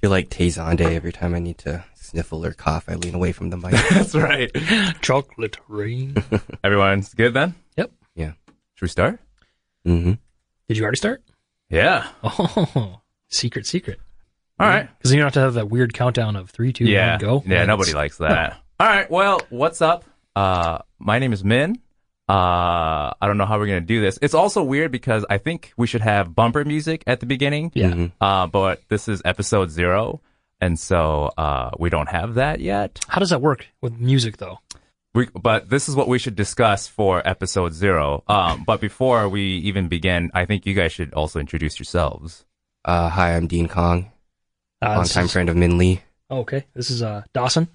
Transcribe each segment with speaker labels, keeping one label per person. Speaker 1: feel like Tay Zonday every time I need to sniffle or cough. I lean away from the mic.
Speaker 2: That's right.
Speaker 3: Chocolate rain.
Speaker 2: Everyone's good then?
Speaker 3: yep.
Speaker 1: yeah.
Speaker 2: Should we start?
Speaker 1: Mm-hmm.
Speaker 3: Did you already start?
Speaker 2: Yeah.
Speaker 3: Oh, secret, secret.
Speaker 2: All right.
Speaker 3: Because you don't have to have that weird countdown of three, two, one,
Speaker 2: yeah.
Speaker 3: go.
Speaker 2: Yeah,
Speaker 3: Like,
Speaker 2: nobody likes that. All right. Well, what's up? Uh, my name is Min. Uh, I don't know how we're going to do this. It's also weird because I think we should have bumper music at the beginning.
Speaker 3: Yeah.
Speaker 1: Mm-hmm.
Speaker 2: Uh, but this is episode zero. And so uh, we don't have that yet.
Speaker 3: How does that work with music, though?
Speaker 2: We, but this is what we should discuss for episode zero. Um, but before we even begin, I think you guys should also introduce yourselves.
Speaker 1: Uh, hi, I'm Dean Kong,
Speaker 3: Uh, this
Speaker 1: longtime
Speaker 3: is-
Speaker 1: friend of Min Lee.
Speaker 3: Oh, okay. This is uh, Dawson.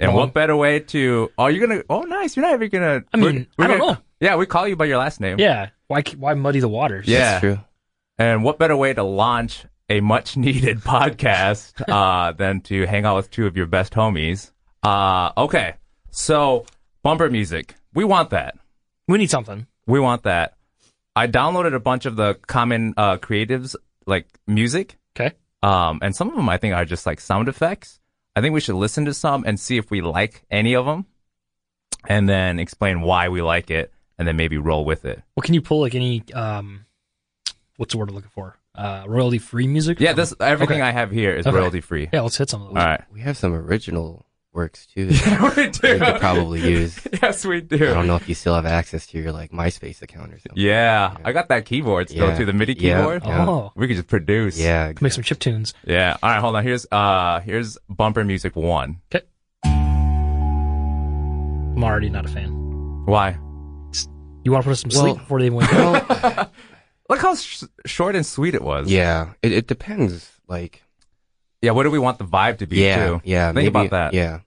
Speaker 2: And
Speaker 3: Oh.
Speaker 2: what better way to? Oh, you're gonna. Oh, nice. You're not even gonna.
Speaker 3: I mean, I don't
Speaker 2: gonna-
Speaker 3: know.
Speaker 2: Yeah, we call you by your last name.
Speaker 3: Yeah. Why, why muddy the waters?
Speaker 2: Yeah.
Speaker 1: That's true.
Speaker 2: And what better way to launch a much needed podcast uh, than to hang out with two of your best homies? Uh, okay. So bumper music. We want that.
Speaker 3: We need something.
Speaker 2: We want that. I downloaded a bunch of the common uh, creatives like music,
Speaker 3: Okay.
Speaker 2: um, and some of them I think are just like sound effects. I think we should listen to some and see if we like any of them, and then explain why we like it, and then maybe roll with it.
Speaker 3: Well, can you pull like any, um, what's the word I'm looking for? Uh, royalty free music?
Speaker 2: Yeah, this everything
Speaker 3: Okay.
Speaker 2: I have here is
Speaker 3: Okay.
Speaker 2: royalty free.
Speaker 3: Yeah, let's hit some of those.
Speaker 2: All right.
Speaker 1: We have some original works too. That
Speaker 2: we
Speaker 1: you could probably use.
Speaker 2: Yes,
Speaker 1: I
Speaker 2: we
Speaker 1: don't
Speaker 2: do.
Speaker 1: know if you still have access to your like MySpace account or something.
Speaker 2: Yeah, I got that keyboard still
Speaker 1: Yeah.
Speaker 2: too, the MIDI
Speaker 1: Yeah.
Speaker 2: keyboard.
Speaker 1: Yeah.
Speaker 3: Oh,
Speaker 2: We could just produce.
Speaker 1: Yeah.
Speaker 3: make some chip tunes.
Speaker 2: Yeah. All right, hold on. Here's uh here's bumper music one.
Speaker 3: Okay. I'm already not a fan.
Speaker 2: Why?
Speaker 3: You want to put us some
Speaker 1: Well-
Speaker 3: sleep before they even wake up?
Speaker 1: Well,
Speaker 2: Look how sh- short and sweet it was.
Speaker 1: yeah. It, it depends. Like.
Speaker 2: Yeah. What do we want the vibe to be
Speaker 1: Yeah.
Speaker 2: too?
Speaker 1: Yeah.
Speaker 2: Think
Speaker 1: maybe-
Speaker 2: about that.
Speaker 1: Yeah.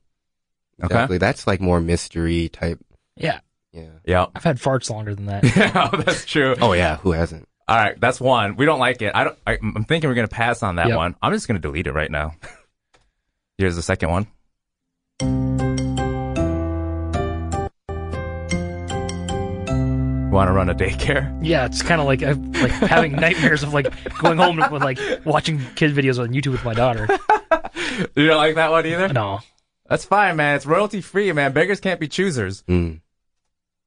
Speaker 2: Okay.
Speaker 1: Exactly. That's like more mystery type.
Speaker 3: Yeah,
Speaker 1: Yeah.
Speaker 2: Yeah.
Speaker 3: I've had farts longer than that.
Speaker 2: Yeah, that's true.
Speaker 1: Oh yeah. Who hasn't?
Speaker 2: All right, that's one. We don't like it. I don't. I, I'm thinking we're gonna pass on that
Speaker 3: Yep.
Speaker 2: one. I'm just gonna delete it right now. Here's the second one. Want to run a daycare?
Speaker 3: Yeah, it's kind of like uh, like having nightmares of like going home and like watching kid videos on YouTube with my daughter.
Speaker 2: You don't like that one either?
Speaker 3: No,
Speaker 2: That's fine, man. It's royalty free, man. Beggars can't be choosers.
Speaker 1: Mm.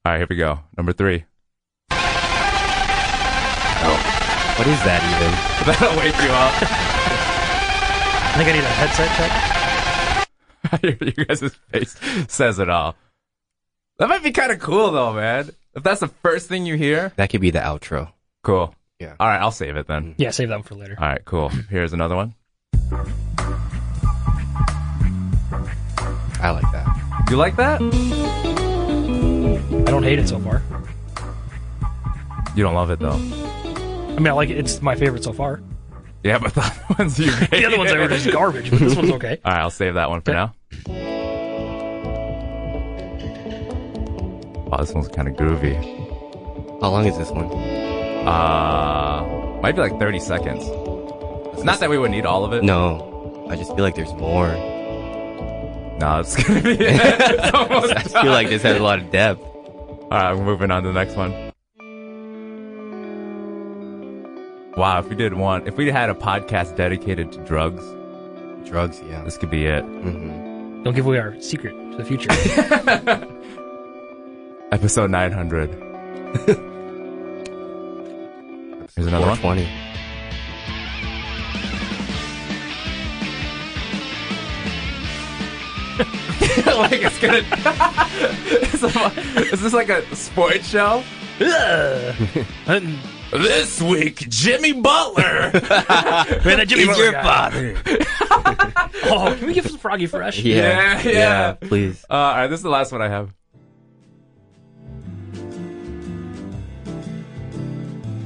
Speaker 2: All right, here we go. Number three.
Speaker 1: What is that
Speaker 2: That'll wake you up.
Speaker 3: I think I need a headset check.
Speaker 2: you guys' face says it all. That might be kind of cool though, man. If that's the first thing you hear,
Speaker 1: even? That could be the outro.
Speaker 2: cool.
Speaker 1: Yeah.
Speaker 2: All right, I'll save it then.
Speaker 3: Yeah, save that one for later.
Speaker 2: All right, cool. Here's another one.
Speaker 1: I like that.
Speaker 2: You like that? You
Speaker 3: I don't hate it so far.
Speaker 2: don't love it though.
Speaker 3: I mean, I like it. It's my favorite so far.
Speaker 2: Yeah, but the other ones you hate.
Speaker 3: The other ones I were just garbage, but this one's okay.
Speaker 2: All right, I'll save that one for now. Oh, this one's kind of groovy.
Speaker 1: How long is this one?
Speaker 2: Uh, might be like 30 seconds. It's not that we would need all of it.
Speaker 1: No, I just feel like there's more.
Speaker 2: no, it's gonna be. it's almost
Speaker 1: I feel like this has a lot of depth.
Speaker 2: All right, we're moving on to the next one. Wow, if we did one, if we had a podcast dedicated to drugs,
Speaker 1: Drugs, yeah.
Speaker 2: this could be it.
Speaker 1: hmm
Speaker 3: Don't give away our secret to the future.
Speaker 2: Episode 900. Here's another one.
Speaker 1: 420.
Speaker 2: like it's gonna. It's a- is this like a sports show?
Speaker 3: Ugh. And-
Speaker 2: This week, Jimmy Butler.
Speaker 3: Man, that Jimmy
Speaker 2: He's
Speaker 3: Butler
Speaker 2: your
Speaker 3: guy. oh, can we give some Froggy Fresh?
Speaker 2: Yeah, yeah.
Speaker 1: Please.
Speaker 2: uh, all right, this is the last one I have.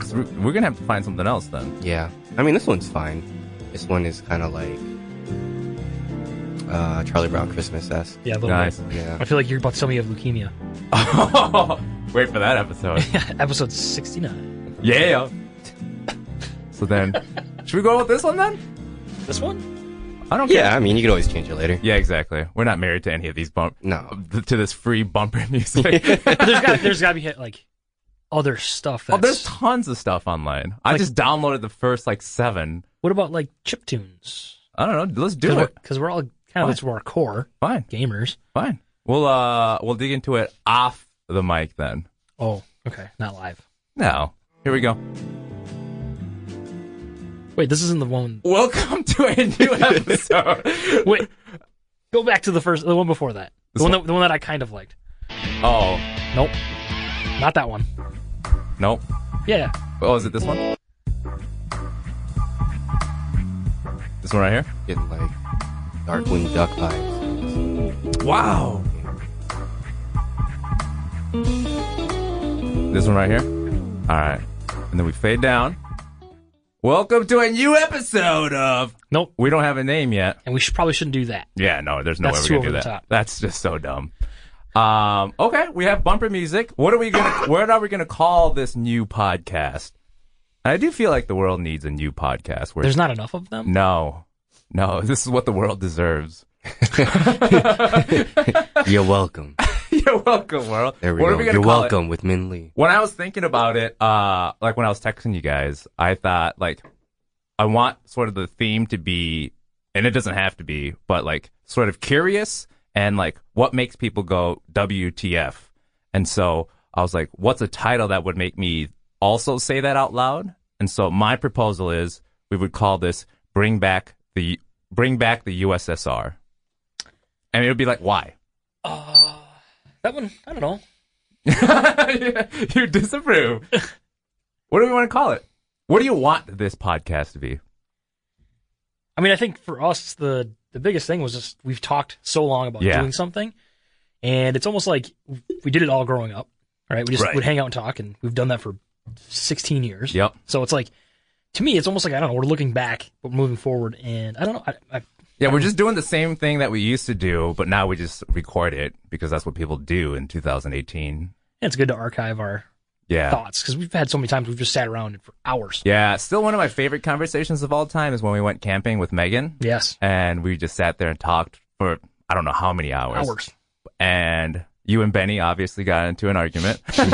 Speaker 2: So we're- We're gonna have to find something else then.
Speaker 1: Yeah. I mean, this one's fine. This one is kind of like uh, Charlie Brown Christmas esque.
Speaker 3: Yeah, a little
Speaker 2: Nice.
Speaker 3: bit.
Speaker 1: Yeah.
Speaker 3: I feel like you're about to tell me you have leukemia.
Speaker 2: Wait for that episode.
Speaker 3: Episode 69.
Speaker 2: Yeah. So then, should we go with this one then?
Speaker 3: This one?
Speaker 2: I don't
Speaker 1: Yeah, I mean, you can always change it later.
Speaker 2: Yeah, exactly. We're not married to any of these bump.
Speaker 1: No.
Speaker 2: To this free bumper music.
Speaker 3: But there's got there's got to be hit like other stuff.
Speaker 2: Oh,
Speaker 3: That's,
Speaker 2: there's tons of stuff online. I
Speaker 3: Like-
Speaker 2: just downloaded the first like seven.
Speaker 3: What about like chip tunes?
Speaker 2: I don't know. Let's do it.
Speaker 3: Because we're all kind of, it's our core
Speaker 2: Fine,
Speaker 3: gamers.
Speaker 2: fine. We'll uh we'll dig into it off the mic then.
Speaker 3: Oh, okay. Not live.
Speaker 2: No. Here we go.
Speaker 3: Wait, this isn't the one.
Speaker 2: Welcome to a new episode.
Speaker 3: Wait, go back to the first, the one before that. The
Speaker 2: This
Speaker 3: one
Speaker 2: one?
Speaker 3: that, the one that I kind of liked.
Speaker 2: oh,
Speaker 3: Nope. Not that one.
Speaker 2: nope.
Speaker 3: Yeah.
Speaker 2: Oh, is it this one? This one right here?
Speaker 1: Getting like Darkwing Duck vibes.
Speaker 2: Wow. This one right here? All right. And then we fade down. Welcome to a new episode of.
Speaker 3: Nope.
Speaker 2: We don't have a name yet.
Speaker 3: And we should, probably shouldn't do that.
Speaker 2: Yeah, no, there's no
Speaker 3: That's
Speaker 2: way we're gonna
Speaker 3: too
Speaker 2: do
Speaker 3: over
Speaker 2: that.
Speaker 3: the top.
Speaker 2: That's just so dumb. Um, okay, we have bumper music. What are we gonna? what are we gonna call this new podcast? And I do feel like the world needs a new podcast. Where
Speaker 3: There's not enough of them.
Speaker 2: no, no, this is what the world deserves.
Speaker 1: You're welcome.
Speaker 2: You're welcome, world.
Speaker 1: There we
Speaker 2: what
Speaker 1: go.
Speaker 2: Are we gonna
Speaker 1: You're
Speaker 2: call it?
Speaker 1: welcome with Min Lee.
Speaker 2: When I was thinking about it, uh, like when I was texting you guys, I thought like I want sort of the theme to be, and it doesn't have to be, but like sort of curious and like what makes people go WTF. And so I was like, what's a title that would make me also say that out loud? And so my proposal is we would call this "Bring Back the Bring Back the USSR," and it would be like, why?
Speaker 3: Uh, that one, I don't know.
Speaker 2: you disapprove. What do we want to call it? What do you want this podcast to be?
Speaker 3: I mean, I think for us, the the biggest thing was just we've talked so long about
Speaker 2: Yeah.
Speaker 3: doing something, and it's almost like we did it all growing up, right? We just
Speaker 2: Right.
Speaker 3: would hang out and talk, and we've done that for 16 years.
Speaker 2: Yep.
Speaker 3: So it's like, to me, it's almost like I don't know. We're looking back, but moving forward, and I don't know. I, I,
Speaker 2: Yeah, we're just doing the same thing that we used to do, but now we just record it because that's what people do in 2018.
Speaker 3: it's good to archive our
Speaker 2: Yeah.
Speaker 3: thoughts because we've had so many times we've just sat around for hours.
Speaker 2: Yeah. Still one of my favorite conversations of all time is when we went camping with Megan
Speaker 3: Yes,
Speaker 2: and we just sat there and talked for I don't know how many hours.
Speaker 3: hours.
Speaker 2: And you and Benny obviously got into an argument.
Speaker 3: I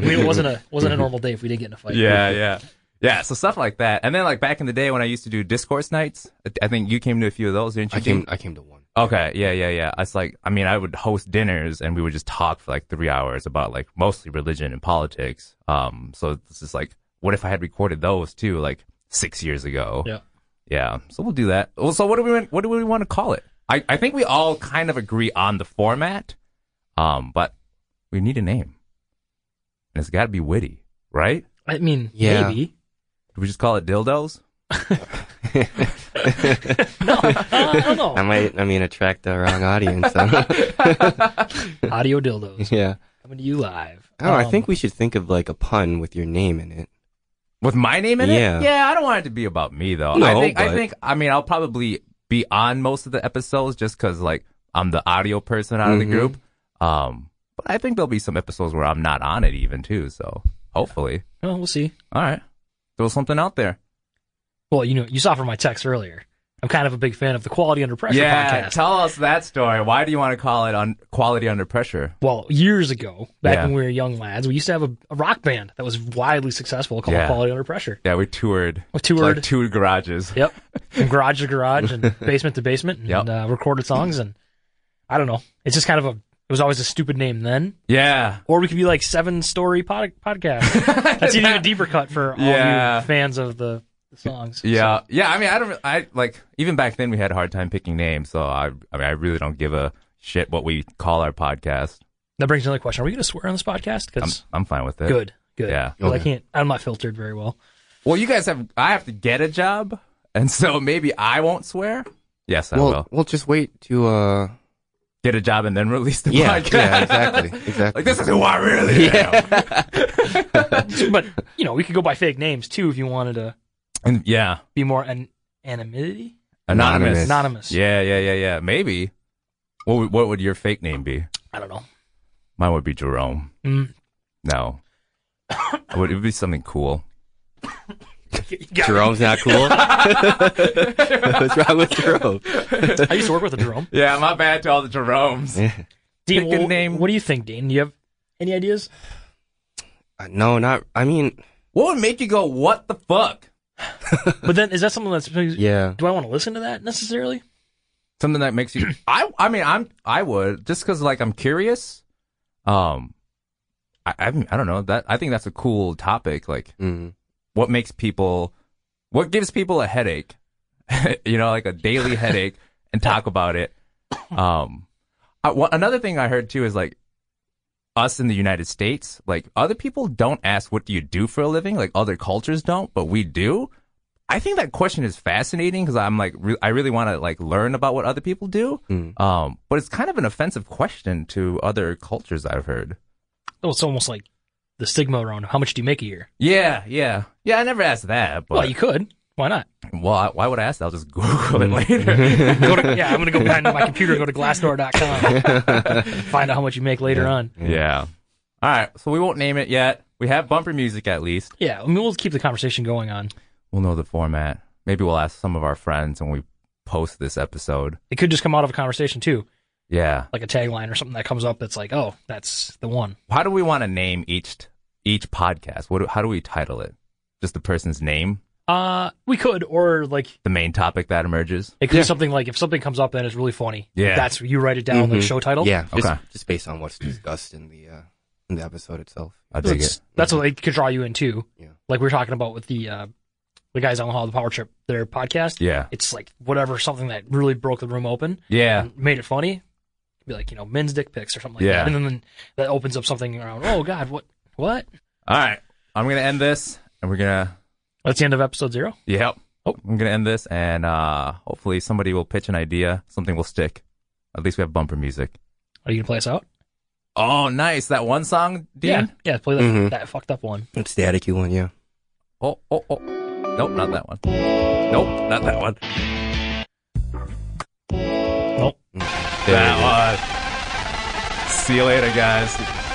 Speaker 3: mean, it wasn't a wasn't a normal day if we didn't get in a fight.
Speaker 2: yeah, yeah. Yeah, so stuff like that. And then like back in the day when I used to do discourse nights, I- I think you came to a few of those, didn't you?
Speaker 1: I came. I came to one.
Speaker 2: Okay, yeah, yeah, yeah. It's like I mean, I would host dinners and we would just talk for like 3 hours about like mostly religion and politics. Um so this is like what if I had recorded those too like 6 years ago?
Speaker 3: yeah.
Speaker 2: Yeah. So we'll do that. Well, so what do we want- what do we want to call it? I I think we all kind of agree on the format. Um but we need a name. And it's got to be witty, right?
Speaker 3: I mean,
Speaker 1: Yeah.
Speaker 3: maybe.
Speaker 2: Do we just call it dildos?
Speaker 3: No, I don't know.
Speaker 1: I might. I mean, attract the wrong audience. so.
Speaker 3: Audio dildos
Speaker 1: yeah.
Speaker 3: coming to you live.
Speaker 1: Oh, I
Speaker 3: Um,
Speaker 1: think we should think of like a pun with your name in it.
Speaker 2: With my name in
Speaker 1: Yeah.
Speaker 2: it? Yeah, I don't want it to be about me though. I
Speaker 1: No,
Speaker 2: think I
Speaker 1: but-
Speaker 2: think I mean I'll probably be on most of the episodes just cuz like I'm the audio person out of the
Speaker 1: Mhm.
Speaker 2: group. Um but I think there'll be some episodes where I'm not on it even too, so hopefully.
Speaker 3: Well, we'll see.
Speaker 2: All right. Throw something out there.
Speaker 3: Well, you know, you saw from my text earlier. I'm kind of a big fan of the Quality Under Pressure
Speaker 2: yeah,
Speaker 3: podcast.
Speaker 2: tell us that story. Why do you want to call it on quality under pressure?
Speaker 3: well, years ago, back
Speaker 2: Yeah.
Speaker 3: when we were young lads, we used to have a, a rock band that was widely successful called
Speaker 2: Yeah.
Speaker 3: Quality Under Pressure.
Speaker 2: Yeah, we toured
Speaker 3: We toured.
Speaker 2: like two garages.
Speaker 3: Yep, from garage to garage and basement to basement, and
Speaker 2: Yep.
Speaker 3: uh, recorded songs. And I don't know, it's just kind of a. It was always a stupid name then,
Speaker 2: Yeah.
Speaker 3: or we could be like Seven Story pod- Podcast. That's even a deeper cut for all
Speaker 2: Yeah.
Speaker 3: you fans of the, the songs.
Speaker 2: Yeah, yeah. I mean, I don't. I like even back then we had a hard time picking names. So I, I mean, I really don't give a shit what we call our podcast.
Speaker 3: That brings another question: Are we going to swear on this podcast? Because
Speaker 2: I'm fine with it.
Speaker 3: good, good.
Speaker 2: Yeah.
Speaker 3: 'Cause I can't. I'm not filtered very well.
Speaker 2: Well, you guys have. I have to get a job, and so maybe I won't swear. Yes, I
Speaker 1: Well,
Speaker 2: will
Speaker 1: we'll just wait to. uh
Speaker 2: get a job and then release the
Speaker 1: Yeah.
Speaker 2: podcast.
Speaker 1: Yeah. Exactly. Exactly.
Speaker 2: Like this is who I really am.
Speaker 3: but you know, we could go by fake names too if you wanted to
Speaker 2: And yeah,
Speaker 3: be more an anonymity.
Speaker 1: Anonymous.
Speaker 2: anonymous.
Speaker 3: Anonymous.
Speaker 2: Yeah, yeah, yeah, yeah. Maybe. What would, what would your fake name be?
Speaker 3: I don't know.
Speaker 2: Mine would be Jerome.
Speaker 3: Mm.
Speaker 2: No. it would it would be something cool.
Speaker 1: Jerome's not cool. What's wrong with Jerome?
Speaker 3: I used to work with a Jerome.
Speaker 2: Yeah, my bad to all the Jeromes.
Speaker 3: Dean,
Speaker 2: Pick a
Speaker 3: wh-
Speaker 2: name.
Speaker 3: What do you think, Dean? Do you have any ideas?
Speaker 1: Uh, No, not. I mean,
Speaker 2: What would make you go, what the fuck?
Speaker 3: But then, is that something that's
Speaker 1: Yeah.
Speaker 3: Do I want to listen to that necessarily?
Speaker 2: something that makes you i i mean i'm i would just because like i'm curious um I, I mean, i don't know that i think that's a cool topic like
Speaker 1: hmm
Speaker 2: what makes people what gives people a headache you know like a daily headache and talk about it um I, wha- another thing i heard too is like us in the united states like other people don't ask what do you do for a living like other cultures don't but we do i think that question is fascinating because i'm like re- i really want to like learn about what other people do
Speaker 1: Mm.
Speaker 2: um but it's kind of an offensive question to other cultures i've heard
Speaker 3: Well, Oh, it's almost like the stigma around how much do you make a year?
Speaker 2: yeah yeah yeah i never asked that but
Speaker 3: well, you could. Why not?
Speaker 2: Well, I- why would I ask that? I'll just Google it later.
Speaker 3: Go to, yeah, I'm gonna go find my computer. Go to glassdoor.com. find out how much you make later on.
Speaker 2: yeah. All right. So we won't name it yet. We have bumper music at least.
Speaker 3: Yeah, I mean, we'll keep the conversation going on.
Speaker 2: We'll know the format. Maybe we'll ask some of our friends when we post this episode.
Speaker 3: It could just come out of a conversation too,
Speaker 2: Yeah.
Speaker 3: like a tagline or something that comes up that's like, "Oh, that's the one."
Speaker 2: How do we want to name each each podcast? What do, how do we title it? Just the person's name,
Speaker 3: Uh, we could, or like
Speaker 2: the main topic that emerges.
Speaker 3: it could be something like if something comes up and it's really funny.
Speaker 2: Yeah. Mm-hmm.
Speaker 3: that's you write it down like show title.
Speaker 1: Yeah. Just,
Speaker 2: Okay.
Speaker 1: just based on what's discussed in the uh, in the episode itself.
Speaker 2: I dig
Speaker 3: That's,
Speaker 2: it.
Speaker 3: that's what they could draw you into.
Speaker 1: Yeah.
Speaker 3: Like we were talking about with the uh, the guys on the Hall of the Power Trip, their podcast.
Speaker 2: Yeah.
Speaker 3: It's like whatever something that really broke the room open
Speaker 2: Yeah.
Speaker 3: and made it funny. It'd be like, you know, men's dick pics or something like
Speaker 2: Yeah.
Speaker 3: that. And then that opens up something around, oh God, what what?
Speaker 2: All right. I'm gonna end this, and we're gonna.
Speaker 3: That's the end of episode zero.
Speaker 2: Yep. Oh, I'm gonna end this, and uh, hopefully somebody will pitch an idea. Something will stick. At least we have bumper music.
Speaker 3: Are you gonna play us out?
Speaker 2: Oh, nice. That one song, Dean?
Speaker 3: Yeah. Yeah, play that,
Speaker 2: Mm-hmm.
Speaker 1: Mhm.
Speaker 3: that fucked up one.
Speaker 1: It's the Attic one, yeah.
Speaker 2: Oh, oh, oh. Nope, not that one. Nope, not that one.
Speaker 3: Nope.
Speaker 1: There it is.
Speaker 2: That one. See you later, guys.